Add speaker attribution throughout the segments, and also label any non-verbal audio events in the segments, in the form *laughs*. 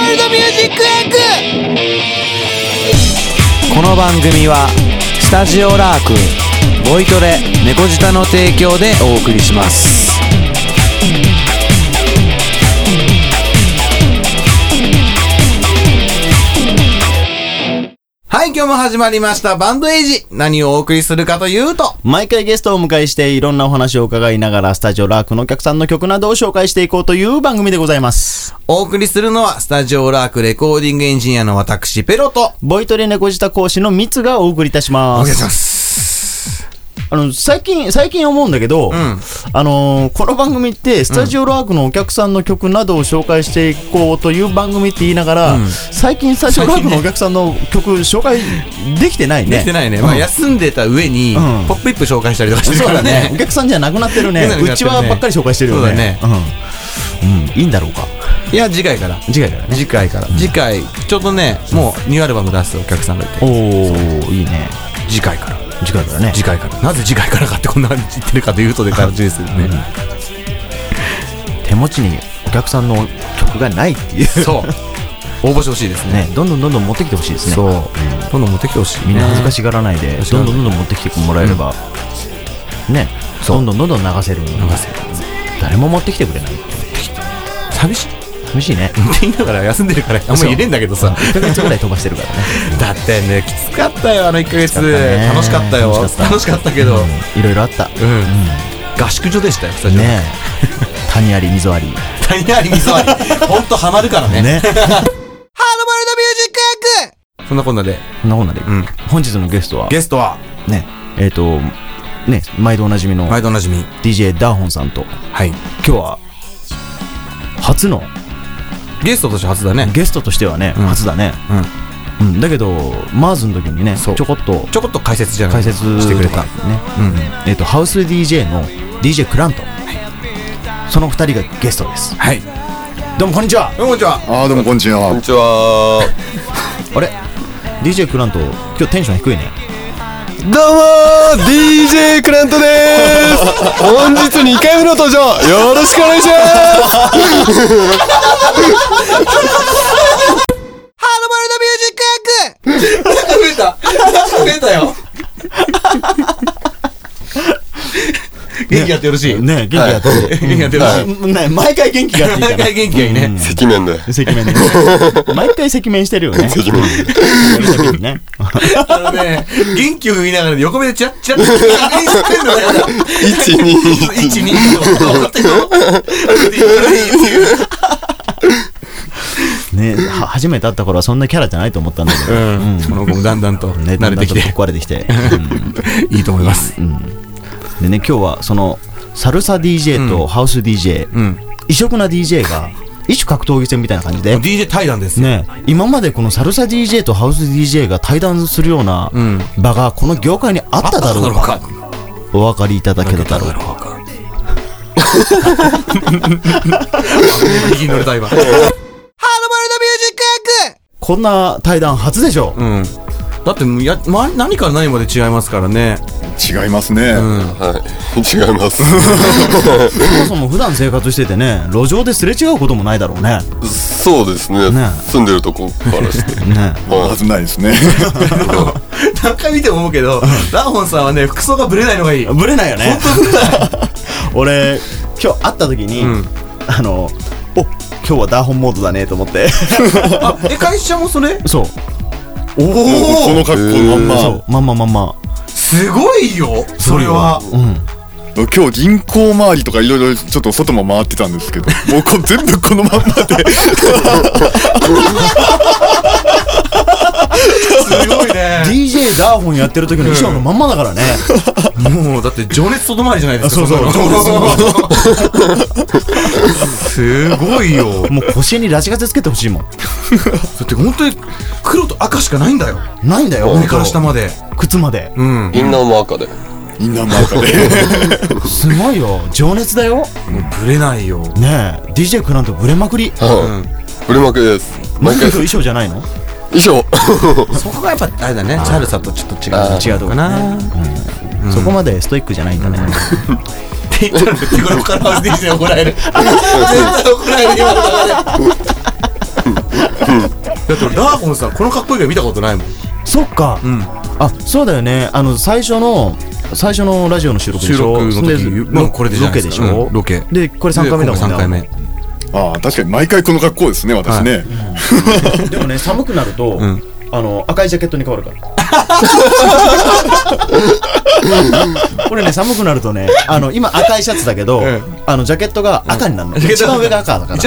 Speaker 1: エクエク
Speaker 2: この番組はスタジオラークボイトレ猫舌の提供でお送りしますはい今日も始まりましたバンドエイジ何をお送りするかというと
Speaker 3: 毎回ゲストをお迎えしていろんなお話を伺いながらスタジオラークのお客さんの曲などを紹介していこうという番組でございます。
Speaker 2: お送りするのはスタジオラークレコーディングエンジニアの私ペロと
Speaker 3: ボイトレ猫舌講師のミツがお送りいたし
Speaker 2: お
Speaker 3: ます。
Speaker 2: します
Speaker 3: あの、最近、最近思うんだけど、
Speaker 2: ん
Speaker 3: あのーこの番組ってスタジオラークのお客さんの曲などを紹介していこうという番組って言いながら、最近スタジオラークのお客さんの曲紹介できてないね。
Speaker 2: できてないね、まあ、
Speaker 3: うん
Speaker 2: 休んでた上に、
Speaker 3: うん
Speaker 2: ポップイップ紹介したりとかしてる
Speaker 3: そう
Speaker 2: か
Speaker 3: だ
Speaker 2: ら
Speaker 3: ね。
Speaker 2: ね
Speaker 3: お客さんじゃなくなってるね
Speaker 2: な。くな
Speaker 3: う
Speaker 2: って
Speaker 3: ち
Speaker 2: るね
Speaker 3: わばっかり紹介してるよね。
Speaker 2: そう
Speaker 3: だね。うん。いいんだろうか。
Speaker 2: いや次回から
Speaker 3: 次回からね。
Speaker 2: 次回から、次回ちょうどねもうニューアルバム出すお客さんがいて
Speaker 3: おー、いいね。
Speaker 2: 次回から
Speaker 3: 次回からね。
Speaker 2: 次回からなぜ次回からかってこんな感じ言ってるかというとで感じですよね、
Speaker 3: 手持ちにお客さんの曲がないっていう。
Speaker 2: そう応募してほしいですね
Speaker 3: ね、どんどんどんどん持ってきてほしいですね。
Speaker 2: そう、どんどん持ってきてほしい
Speaker 3: みんな恥ずか
Speaker 2: しい
Speaker 3: しがらないで、
Speaker 2: しが
Speaker 3: どんど
Speaker 2: らない
Speaker 3: んどんどん持ってきてもらえれば、ね、
Speaker 2: そう
Speaker 3: どんどんどんどん流せる。流
Speaker 2: せる
Speaker 3: 誰も持ってきてくれない。
Speaker 2: 寂しいっ
Speaker 3: 寂しい
Speaker 2: *laughs*
Speaker 3: ね。
Speaker 2: て言いながら休んでるからあんまり入れんだけどさ
Speaker 3: 1ヶ月ぐらい飛ばしてるからね。
Speaker 2: だってねきつかったよあの1ヶ月
Speaker 3: ね
Speaker 2: 楽しかったよ
Speaker 3: 楽しかった
Speaker 2: 楽しかったけどうん、
Speaker 3: いろいろあった。
Speaker 2: 合宿所でしたよスタジオ
Speaker 3: ね谷あり溝あり。
Speaker 2: 谷あり水あり。ほんとハマるからね。
Speaker 3: ね。
Speaker 2: ハードボイルドミュージックエッグそんなこんなで。
Speaker 3: そんなこんなで
Speaker 2: ん、
Speaker 3: 本日のゲストは、
Speaker 2: ゲストは、
Speaker 3: ね、えっと、ね、毎度おなじみの
Speaker 2: 毎度おなじみ。
Speaker 3: DJ ダーホンさんと、
Speaker 2: はい。
Speaker 3: 今日は、初の
Speaker 2: ゲストとして初だね。
Speaker 3: ゲストとしてはね、
Speaker 2: うん
Speaker 3: 初だね、
Speaker 2: うん。
Speaker 3: うん、だけどマーズの時にねち
Speaker 2: そ
Speaker 3: ょ
Speaker 2: う
Speaker 3: こっと
Speaker 2: ちょこっと解説じゃな
Speaker 3: 解
Speaker 2: い
Speaker 3: 説
Speaker 2: してくれた
Speaker 3: と。かね、
Speaker 2: うん
Speaker 3: えっとハウス DJ の DJ クラント、その2人がゲストです
Speaker 2: はい。
Speaker 3: どうもこんにちは
Speaker 2: どうもこんにちは。
Speaker 4: あーどうもこんにちは
Speaker 5: こんにちは。
Speaker 3: あれ DJ クラント今日テンション低いね
Speaker 5: どうもー DJ クラントでーす本日2回目の登場よろしくお願いします
Speaker 2: 元気やってよろしい。
Speaker 3: ね元気やってる、
Speaker 2: 元気やってよろしい。
Speaker 3: ね毎回元気があっていいか
Speaker 2: *laughs* 毎
Speaker 3: ら
Speaker 2: 回元気がいいね。
Speaker 5: 赤面で。
Speaker 3: 赤面で *laughs* 毎回赤面してるよ
Speaker 2: *laughs*
Speaker 3: ね赤面ね
Speaker 2: あのね、元気を言いながら横目でチラッチラッチラッしてんのよ。
Speaker 5: 1、2、
Speaker 2: 一二分かってんの
Speaker 3: ねは初めて会った頃はそんなキャラじゃないと思ったんだけど、
Speaker 2: うん。この子もだんだんと
Speaker 3: ね、
Speaker 2: 慣れてき
Speaker 3: だんだん
Speaker 2: て
Speaker 3: と、壊れてきて、うん
Speaker 2: いいと思います。
Speaker 3: でね今日はそのサルサ DJ とハウス DJ、
Speaker 2: ん
Speaker 3: 異色な DJ が一種格闘技戦みたいな感じで、
Speaker 2: DJ 対談ですよ。
Speaker 3: ね、今までこのサルサ DJ とハウス DJ が対談するような場がこの業界にあっただろうか
Speaker 2: あっただろうか。
Speaker 3: お分かりいただけただろうか
Speaker 2: うか。右に乗れた今。ハードボイルドミュージック
Speaker 3: こんな対談初でしょ、
Speaker 2: うん。だってもうや、ま、何から何まで違いますからね。
Speaker 4: 違いますね、
Speaker 5: はい。違います。
Speaker 3: そもそも普段生活しててね路上ですれ違うこともないだろうね
Speaker 5: そうですね
Speaker 3: ね。
Speaker 5: 住んでるとこからして。
Speaker 3: ね
Speaker 4: はずない
Speaker 5: *laughs*
Speaker 4: ですね
Speaker 2: 何回見ても思うけど、ラーホンさんはね、服装がブレないのがいい。
Speaker 3: ぶれないよね *laughs* 俺今日会った時に、
Speaker 2: ん
Speaker 3: あのお今日はダーホンモードだねと思って
Speaker 2: あ、え、会社もそれ
Speaker 3: そう。
Speaker 4: こ
Speaker 2: おお
Speaker 4: の格好のまんま、
Speaker 3: そう、まんままんま。
Speaker 2: すごいよそれは。
Speaker 4: 今日銀行周りとかいろいろちょっと外も回ってたんですけどもうこう全部この
Speaker 5: *laughs*
Speaker 4: まんまで
Speaker 2: すごいね。 *laughs*
Speaker 3: DJ ダーホンやってる時の衣装のまんまだから *laughs* ね。
Speaker 2: もう、だって情熱とどまりじゃないですか。
Speaker 3: あそうそう
Speaker 2: 情熱 *laughs* すごいよ。
Speaker 3: もう腰にラジカセつけてほしいもん。
Speaker 2: だって本当に黒と赤しかないんだよ
Speaker 3: ないんだよ。
Speaker 2: 上から下まで
Speaker 3: 靴まで。
Speaker 2: うん
Speaker 5: インナーも赤で。
Speaker 4: みんななんかね
Speaker 3: すごいよ。情熱だよ。
Speaker 2: ぶれないよ
Speaker 3: ねえ、DJ クラントブレまくり。
Speaker 5: はい。ブレまくりです。
Speaker 3: マ
Speaker 5: 毎
Speaker 3: ジで
Speaker 5: 回。
Speaker 3: 衣装じゃないの
Speaker 5: 衣装。
Speaker 2: そこがやっぱあれだねチャルサとちょっと違
Speaker 5: あ
Speaker 2: う
Speaker 3: ー違うとこ
Speaker 2: かなっ
Speaker 3: そこまでストイックじゃないんだね。
Speaker 2: て言ったら絶対これからハウス *laughs* DJ に怒られる絶対怒られる今の流だって俺ダーゴンさんこのかっこいいが見たことないもん
Speaker 3: そっか、
Speaker 2: うん
Speaker 3: あそうだよねあの最初の最初のラジオの収録でしょ
Speaker 2: 収録の時
Speaker 3: で
Speaker 2: もうこれでじゃ
Speaker 3: ロ
Speaker 2: ないで
Speaker 3: ケでし
Speaker 2: すか
Speaker 3: ょ、
Speaker 2: うんロケ
Speaker 3: でこれ3回目だもんね
Speaker 2: 3回目
Speaker 5: ああ確かに毎回この格好ですね私ね、
Speaker 3: でもね寒くなると、
Speaker 2: ん
Speaker 3: あの赤いジャケットに変わる *laughs* からこれね寒くなるとねあの今赤いシャツだけど、
Speaker 2: ん
Speaker 3: あのジャケットが赤になるの、
Speaker 2: ジャケット
Speaker 3: 一番上が赤だから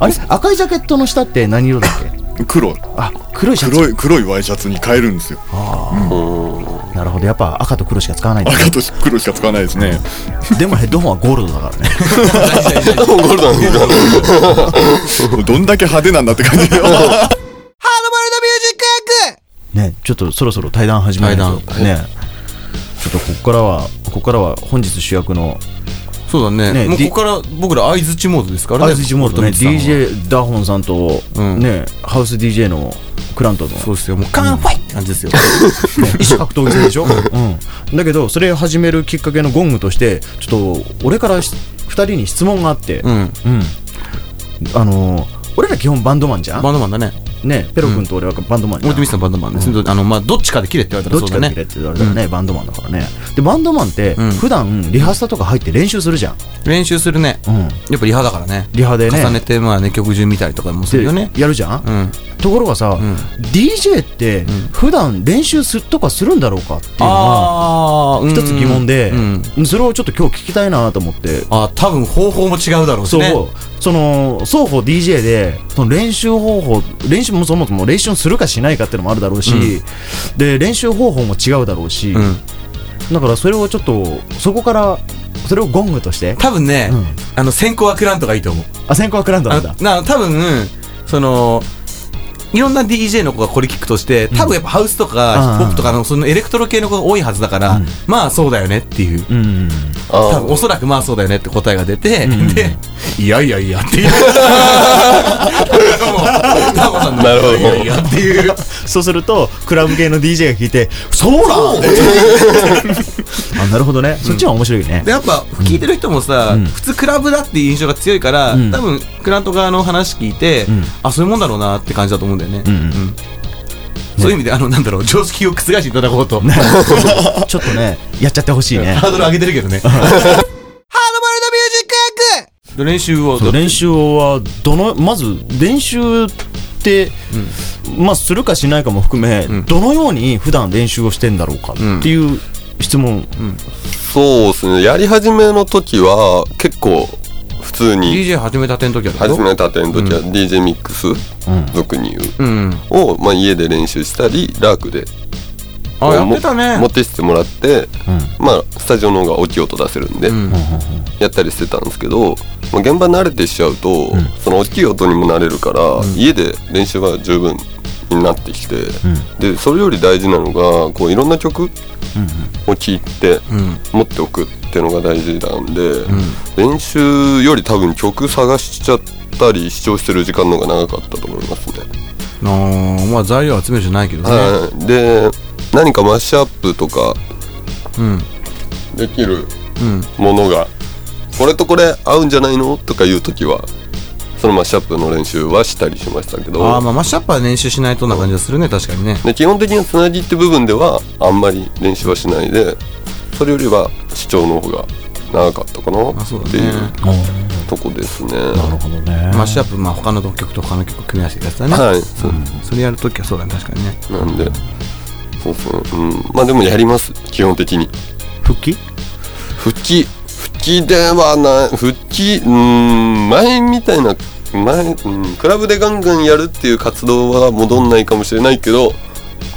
Speaker 3: あれ赤いジャケットの下って何色だっけ
Speaker 5: 黒
Speaker 3: あ黒いシャツ
Speaker 5: 黒い黒いワイシャツに変えるんですよ
Speaker 3: なるほどやっぱ赤と黒しか使わないんだ
Speaker 5: 赤と黒しか使わないですね
Speaker 3: でもヘッドホンはゴールドだからね
Speaker 6: ゴールドなんだけど
Speaker 5: どんだけ派手なんだって感じ
Speaker 3: ねちょっとそろそろ対談始めるぞねちょっとここからはここからは本日主役の
Speaker 2: *laughs* そうだね
Speaker 3: ね
Speaker 2: もう
Speaker 3: ディ
Speaker 2: ここから僕ら相づちモードですから
Speaker 3: ア
Speaker 2: ね
Speaker 3: イズジモードね
Speaker 2: トミツさんは
Speaker 3: DJ ダホンさんと、
Speaker 2: うん
Speaker 3: ねハウス DJ のクラントの、ね
Speaker 2: そうですよもうカンファイって感じですよ
Speaker 3: 一種格闘技戦でしょ、うん、だけどそれ始めるきっかけのゴングとしてちょっと俺からし二人に質問があって、
Speaker 2: うん *laughs*
Speaker 3: うんあのー俺ら基本バンドマンじゃん
Speaker 2: バンドマンだね
Speaker 3: ねペロ君と俺はバンドマンじゃ
Speaker 2: 森
Speaker 3: ん、
Speaker 2: 富さんバンドマンですあのまあどっちかで切れって言われた
Speaker 3: どっ
Speaker 2: らそ
Speaker 3: ち
Speaker 2: うだ
Speaker 3: かで
Speaker 2: ね
Speaker 3: 切れって言われたらね、バンドマンだからねでバンドマンって
Speaker 2: うん
Speaker 3: 普段リハスタとか入って練習するじゃん、
Speaker 2: 練習するね
Speaker 3: うん、
Speaker 2: やっぱリハだからね
Speaker 3: リハでね
Speaker 2: 重ねてまあね曲順見たりとかもするよね
Speaker 3: でやるじゃん、
Speaker 2: うん
Speaker 3: ところがさ、
Speaker 2: ん
Speaker 3: DJ って普段練習するとかするんだろうかっていうのが
Speaker 2: ああ
Speaker 3: 一つ疑問で、
Speaker 2: うん
Speaker 3: それをちょっと今日聞きたいなと思って
Speaker 2: あ多分方法も違うだろうし
Speaker 3: そう、
Speaker 2: ね
Speaker 3: その双方 DJ でその練習方法練習もそもそも練習するかしないかっていうのもあるだろうし、で練習方法も違うだろうし、
Speaker 2: うん
Speaker 3: だからそれをちょっとそこからそれをゴングとして
Speaker 2: 多分ね
Speaker 3: うん
Speaker 2: あの先行はクラントがいいと思う
Speaker 3: あ先行はクラウンドな
Speaker 2: あ
Speaker 3: んだ
Speaker 2: な多分そのいろんな DJ の子がこれ聞くとして多分やっぱハウスと
Speaker 3: うん
Speaker 2: かヒップホップとかのそのエレクトロ系の子が多いはずだから、まあそうだよねっていう
Speaker 3: うん
Speaker 2: 多分おそらくまあそうだよねって答えが出て、でいやいやいや
Speaker 3: *laughs*
Speaker 2: っていうタモさんの
Speaker 6: なるほど
Speaker 2: いやいやっていう
Speaker 3: そうするとクラブ系の DJ が聞いて「そうなん!」 *laughs* あなるほどねそっちは面白いね
Speaker 2: で、やっぱ聞いてる人もさ、
Speaker 3: うん
Speaker 2: 普通クラブだっていう印象が強いから、
Speaker 3: うん
Speaker 2: 多分クラント側の話聞いて、
Speaker 3: ん
Speaker 2: あそういうもんだろうなって感じだと思うんだよね、
Speaker 3: うんうん
Speaker 2: そういう意味であのなんだろう常識を覆していただこうと、
Speaker 3: *laughs* ちょっとねやっちゃってほしいね
Speaker 2: ハードル上げてるけど *laughs* ねハードボイルドミュージックアク練習を
Speaker 3: そう練習はどのまず練習って、まあするかしないかも含め、
Speaker 2: ん
Speaker 3: どのように普段練習をしてんだろうかっていう質問、
Speaker 6: そうですねやり始めの時は結構普通に
Speaker 2: DJ 始めたての時は
Speaker 6: 始めたての時は DJ ミックス俗に言う
Speaker 2: うん
Speaker 6: を、まあ、家で練習したりラークで
Speaker 2: あやっ
Speaker 6: も
Speaker 2: てたね
Speaker 6: 持ってしてもらって、まあスタジオの方が大きい音出せるんで、
Speaker 2: ん
Speaker 6: やったりしてたんですけど、まあ、現場慣れてしちゃうと、その大きい音にも慣れるから、家で練習は十分になってきて、でそれより大事なのがこういろんな曲を聴いて
Speaker 2: ん
Speaker 6: 持っておくっていうのが大事なんで、練習より多分曲探しちゃったり視聴してる時間の方が長かったと思いますね。
Speaker 2: あーまあ材料集めるじゃないけどね、
Speaker 6: はい、で何かマッシュアップとか
Speaker 2: うん
Speaker 6: できる
Speaker 2: うん
Speaker 6: ものがこれとこれ合うんじゃないのとかいう時はそのマッシュアップの練習はしたりしましたけ
Speaker 2: ああま
Speaker 6: ど
Speaker 2: あマッシュアップは練習しないとな感じがするね確かにね
Speaker 6: で基本的なつなぎって部分ではあんまり練習はしないでそれよりは主張の方が長かったかな
Speaker 2: あそう
Speaker 6: っ
Speaker 2: だ
Speaker 6: て
Speaker 2: ね
Speaker 6: いうとこですね。
Speaker 3: ほどね
Speaker 2: マッシュアップまあ他の曲と他の曲組み合わせてやつだね、
Speaker 6: はい、そう
Speaker 2: それやるときはそうだね確か
Speaker 6: *laughs*
Speaker 2: にね
Speaker 6: なんでそうそう、うん、まあでもやります基本的に。
Speaker 3: 復帰
Speaker 6: 復帰復帰ではない復帰うーん前みたいな前、うん、クラブでガンガンやるっていう活動は戻んないかもしれないけど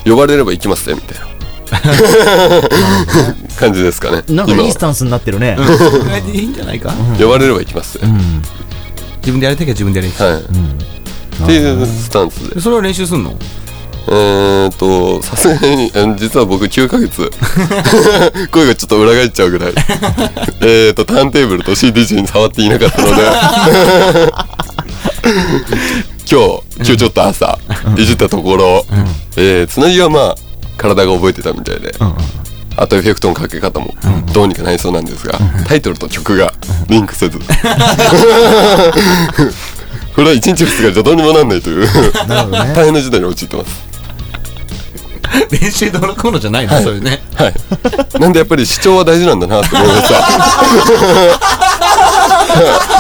Speaker 6: 呼ばれれば行きますね
Speaker 3: *laughs*
Speaker 6: みたいな感じですかね
Speaker 3: なんか
Speaker 6: 今
Speaker 3: い
Speaker 6: はい
Speaker 3: スタンスになってるね、
Speaker 2: いいんじゃないか
Speaker 6: 呼ばれれば行きますね、
Speaker 2: 自分でやりたきゃ自分でやりたい
Speaker 6: はい、っていうスタンスで
Speaker 2: でそれを練習すんの
Speaker 6: えー、っとさすがにえー実は僕9ヶ月 *laughs* 声がちょっと裏返っちゃうぐらい *laughs* えーっとターンテーブルと CDG に触っていなかったので *laughs* 今日今日ちょっと朝いじったところ、えーつなぎはまあ体が覚えてたみたいで、あとエフェクトのかけ方もどうにかなりそうなん *laughs* ですが、タイトルと曲がリンクせずそれは1日2日じゃどうにもなんないという
Speaker 3: なるほどね
Speaker 6: *laughs* 大変な事態に陥ってます
Speaker 2: *laughs* 練習で驚くものじゃないの、それね
Speaker 6: はいなんでやっぱり主張は大事なんだなって思いました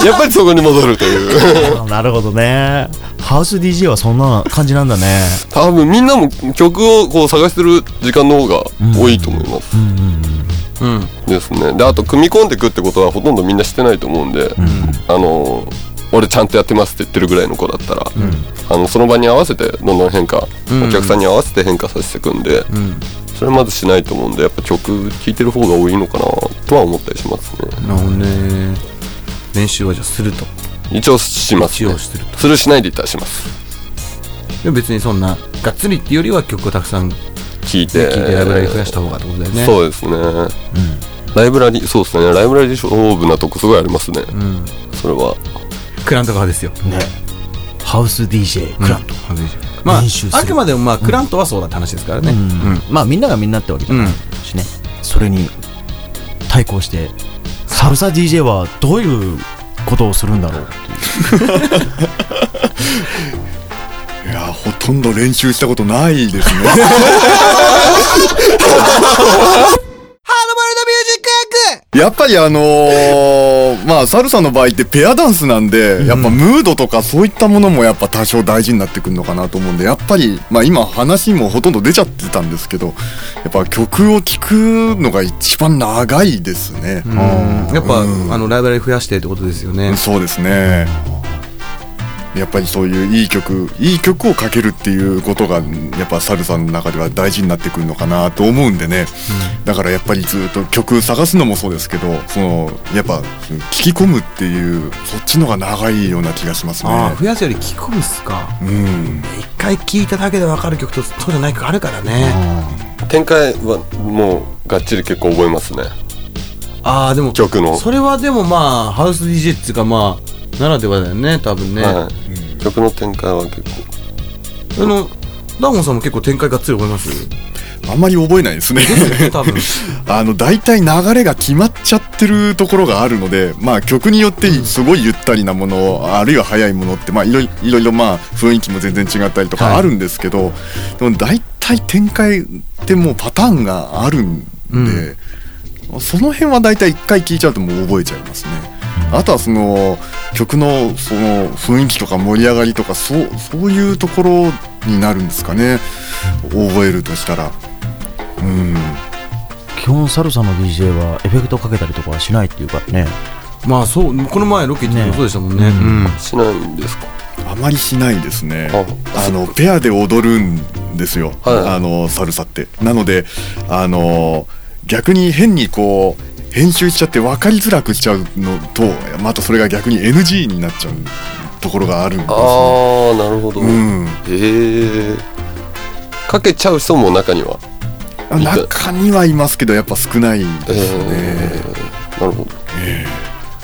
Speaker 6: やっぱりそこに戻るという
Speaker 3: *laughs* なるほどねハウス DJ はそんな感じなんだね
Speaker 6: 多分みんなも曲をこう探してる時間の方が多いと思います、
Speaker 2: うん
Speaker 6: ですねであと組み込んでいくってことはほとんどみんなしてないと思うんで、あの俺ちゃんとやってますって言ってるぐらいの子だったら、あのその場に合わせてどんどん変化、お客さんに合わせて変化させていくんで、それはまずしないと思うんでやっぱ曲聴いてる方が多いのかなとは思ったりしますね
Speaker 2: なるほどね練習はじゃあすると
Speaker 6: 一応します、
Speaker 2: 一
Speaker 6: ね
Speaker 2: 応、してると
Speaker 6: するしないで言ったらします
Speaker 2: でも別にそんながっつりっていうよりは曲をたくさん聴
Speaker 6: 聴い
Speaker 2: いて
Speaker 6: て
Speaker 2: ライブラリ増やした方がってことだよね、
Speaker 6: そううですね、ライブラリそうですねライブラリ勝負なとこすごいありますね、
Speaker 2: ん、
Speaker 6: それは
Speaker 2: クラント側ですよ
Speaker 3: ねハウス DJ クラント、
Speaker 2: まあ
Speaker 3: 練習する
Speaker 2: あくまでもまあクラントはそうだって話ですからね
Speaker 3: まあみんながみんなってわけじゃないしね、それに対抗してサルサ DJ はどういうことをするんだろう
Speaker 5: いやほとんど練習したことないですね *laughs* やっぱりあのーまあサルサの場合ってペアダンスなんで、やっぱムードとかそういったものもやっぱ多少大事になってくるのかなと思うんでやっぱりまあ今話もほとんど出ちゃってたんですけどやっぱ曲を聴くのが一番長いですね、
Speaker 2: うんやっぱ、あのライブラリ増やしてってことですよね、
Speaker 5: そうですねやっぱりそういういい曲いい曲をかけるっていうことがやっぱサルさんの中では大事になってくるのかなと思うんでね、だからやっぱりずっと曲探すのもそうですけどそのやっぱ聞き込むっていうそっちのが長いような気がします
Speaker 2: ああ
Speaker 5: ね
Speaker 2: 増やすより聴き込むっすか
Speaker 5: うん
Speaker 2: 一回聴いただけで分かる曲とそうじゃない曲あるからね
Speaker 6: 展開はもうがっちり結構覚えますね
Speaker 2: ああでも
Speaker 6: 曲の
Speaker 2: それはでもまあハウス DJ っていうかまあならではだよね多分ね、
Speaker 6: はい曲の展開は結構
Speaker 2: あのダゴンさんも結構展開がっつり覚えます
Speaker 6: *laughs*
Speaker 5: あんまり覚えない *laughs* ですね
Speaker 2: 多分
Speaker 5: あの大体流れが決まっちゃってるところがあるので、まあ、曲によってすごいゆったりなもの、あるいは速いものって、まあ、いろいいろいろまあ雰囲気も全然違ったりと
Speaker 2: はい
Speaker 5: かあるんですけど、でも大体展開ってもうパターンがあるんで、その辺は大体一回聴いちゃうともう覚えちゃいますね。あとはその曲のその雰囲気とか盛り上がりとかそうそういうところになるんですかね覚えるとしたら。うん
Speaker 3: 基本サルサの DJ はエフェクトかけたりとかはしないっていうからね
Speaker 2: まあそうこの前ロケ行った
Speaker 3: ね
Speaker 2: 時もそうでしたもんねうん
Speaker 6: しないんですか
Speaker 5: あまりしないですね
Speaker 6: あ。
Speaker 5: あのペアで踊るんですよ。
Speaker 6: はい
Speaker 5: あのサルサって。なのであの逆に変にこう編集しちゃって分かりづらくしちゃうのとまたそれが逆に NG になっちゃうところがあるんですね。
Speaker 6: ああなるほど、
Speaker 5: うん、
Speaker 6: へえかけちゃう人も中には
Speaker 5: 中にはいますけどやっぱ少ない
Speaker 6: え
Speaker 5: ですね。
Speaker 6: ー、なるほど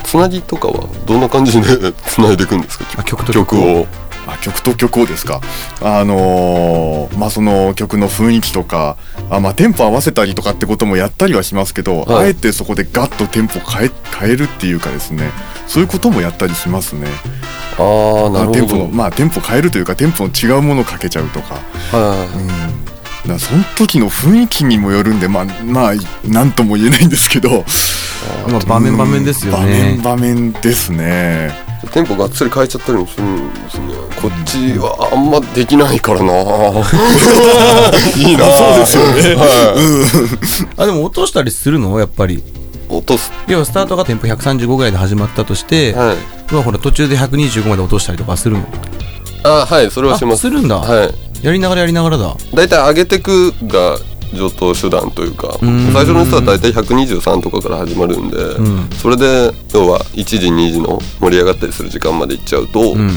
Speaker 6: つなぎとかはどんな感じで *laughs* つないでいくんですか
Speaker 2: あ曲と
Speaker 6: 曲を
Speaker 5: あ曲と曲をですか、あのーまあ、その曲の雰囲気とかあ、まあ、テンポ合わせたりとかってこともやったりはしますけど、
Speaker 6: はい
Speaker 5: あえてそこでガッとテンポ変え変えるっていうかですねそういうこともやったりしますね
Speaker 6: ああ
Speaker 5: ま
Speaker 6: な
Speaker 5: あ、テ
Speaker 6: る
Speaker 5: ンポ
Speaker 6: ほど
Speaker 5: の、まあ、テンポ変えるというかテンポの違うものをかけちゃうとか
Speaker 6: はい
Speaker 5: なその時の雰囲気にもよるんでまあまあなんとも言えないんですけど
Speaker 2: まあ、場面場面ですよ
Speaker 5: うん
Speaker 2: ね
Speaker 5: 場面場面ですね
Speaker 6: テンポがっつり変えちゃったりもするんですねこっちはあんまでき *laughs* ないからないいなそうですよね、は
Speaker 2: あでも落としたりするのやっぱり
Speaker 6: い、落とす
Speaker 2: 要はスタートがテンポ135ぐらいで始まったとして、
Speaker 6: はい
Speaker 2: 要はほら途中で125まで落としたりとかするの
Speaker 6: あはいそれはしま
Speaker 2: あ
Speaker 6: す
Speaker 2: するんだ、
Speaker 6: はい
Speaker 2: やりながらやりながらだ
Speaker 6: 大体上げてくが上等手段というか
Speaker 2: ん
Speaker 6: 最初の人は大体123とかから始まるんで、
Speaker 2: ん
Speaker 6: それで要は1時2時の盛り上がったりする時間までいっちゃうと、
Speaker 2: うん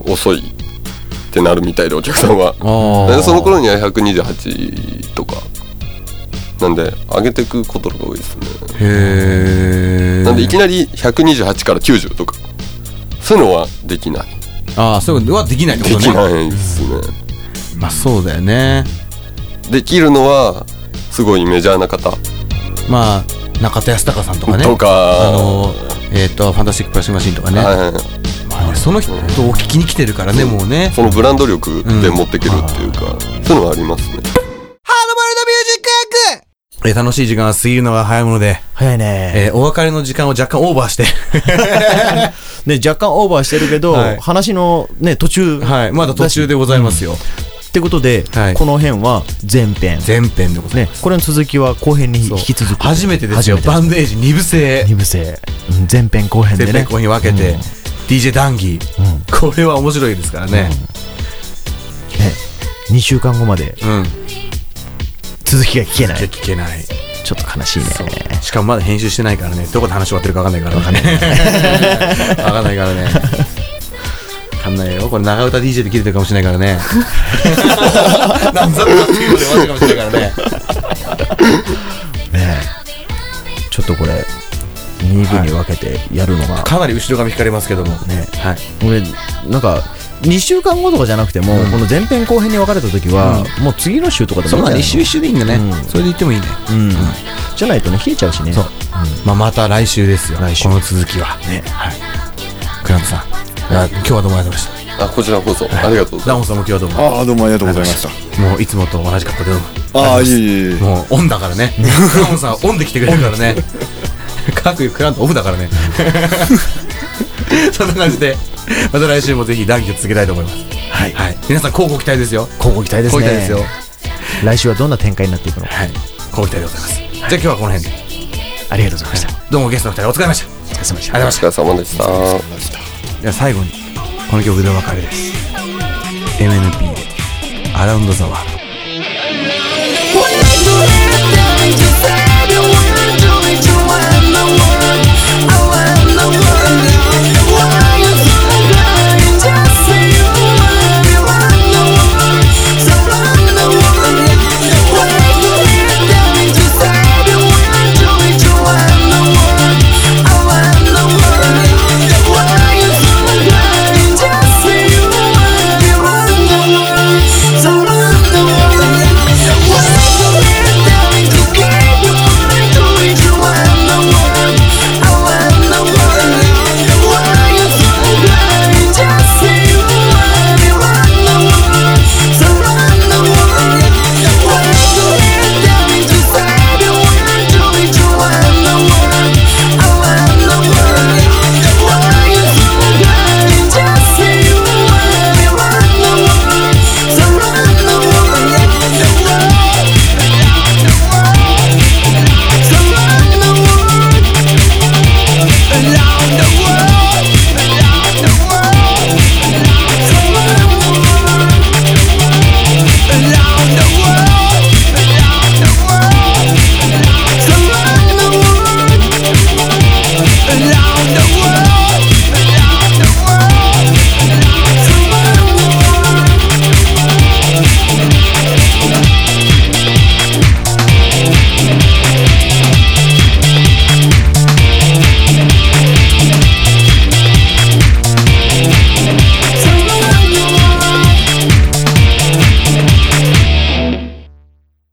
Speaker 6: 遅いってなるみたいでお客さんは
Speaker 2: あ
Speaker 6: で
Speaker 2: あ
Speaker 6: その頃には128とかなんで上げてくことが多いですね、
Speaker 2: へえ
Speaker 6: なんでいきなり128から90とかそういうのはできない
Speaker 2: ああそういうことはできないって
Speaker 6: で
Speaker 2: こと
Speaker 6: き
Speaker 2: ね
Speaker 6: ないですね
Speaker 2: まあそうだよね
Speaker 6: できるのはすごいメジャーな方
Speaker 2: まあ中田泰孝さんとかね
Speaker 6: とか
Speaker 2: あのえっ、とファンタスティック・プラスマシンとかね、
Speaker 6: はい
Speaker 2: まあ、その人を聞きに来てるからね、もうね。
Speaker 6: そのブランド力で持っていけるっていうか、そういうのはありますね
Speaker 2: えー楽しい時間は過ぎるのが早いもので、
Speaker 3: 早いね。
Speaker 2: えーお別れの時間を若干オーバーして、
Speaker 3: ね、若干オーバーしてるけど、
Speaker 2: はい
Speaker 3: 話のね、途中。
Speaker 2: はい、 *laughs* まだ途中
Speaker 3: で。
Speaker 2: でございますよ。
Speaker 3: ってことで、
Speaker 2: はい
Speaker 3: この辺は前編。
Speaker 2: 前編でござい
Speaker 3: ね
Speaker 2: ま、す。
Speaker 3: これの続きは後編に引き続く。
Speaker 2: 初めてですよ、
Speaker 3: 初め
Speaker 2: バンデージ2部制。
Speaker 3: 二部制。うん前編後編で
Speaker 2: 前
Speaker 3: ね。
Speaker 2: 編後編に分けて、
Speaker 3: うん
Speaker 2: DJ 談義、これは面白いですからね。
Speaker 3: ね、2週間後まで
Speaker 2: うん。
Speaker 3: 続きが聞けない
Speaker 2: じゃあ聞けない。
Speaker 3: ちょっと悲しいね
Speaker 2: しかもまだ編集してないからね、どこで話終わってるか分かんないからね。 *laughs* 分かんないからね。分かんないよ。これ長唄 DJ で切れてるかもしれないから *laughs* ね。なんざっていうので終わってるかもしれないからね。
Speaker 3: ねちょっとこれ2部に分けてやるのが、
Speaker 2: かなり後ろ髪引かれますけども。
Speaker 3: ね
Speaker 2: はい。
Speaker 3: 俺なんか2週間後とかじゃなくても、この前編後編に分かれた時は、もう次の週とかで
Speaker 2: そ
Speaker 3: も
Speaker 2: う
Speaker 3: いい
Speaker 2: だね、一周
Speaker 3: じ
Speaker 2: 一周でいいんだね。
Speaker 3: うん
Speaker 2: それで言ってもいい
Speaker 3: ゃ
Speaker 2: ね。
Speaker 3: ないのうん、じゃないとね冷えちゃうしね
Speaker 2: そう。まあ、また来週ですよ。この続きは。
Speaker 3: ね
Speaker 2: はい。クラントさん、いや今日はどうもありがとうございまし
Speaker 6: あこちらこそありがとうご
Speaker 2: た。ダモ
Speaker 6: ざいま
Speaker 2: ン
Speaker 6: す
Speaker 2: さんも今日はどうも。
Speaker 5: ああどうもありがとうございました
Speaker 2: もういつもと同じ格好でどうも。
Speaker 5: ああいえいえいえ
Speaker 2: もうオンだからね。クランさんはオンで来てくれるから *laughs* ね。各クラントオフだから *laughs* ね。そんな感じで、また来週もぜひ談義を続けたいと思います。
Speaker 3: はい
Speaker 2: はい。皆さん、乞うご期待ですよ。
Speaker 3: 今後期待です
Speaker 2: 乞うご
Speaker 3: ね
Speaker 2: 期待ですよ。
Speaker 3: 来週はどんな展開になっていくのか
Speaker 2: はい。乞うご期待でございます。じゃあ今日はこの辺で。
Speaker 3: ありがとうございました
Speaker 2: どうもゲストの二人お疲れ様でした。
Speaker 3: お疲れ様でした
Speaker 2: ありがとうございま
Speaker 6: お
Speaker 2: した
Speaker 6: 疲。れ様でした
Speaker 2: では最後にこの曲でお別れです MNP で「アラウンド・ザ・ワールド」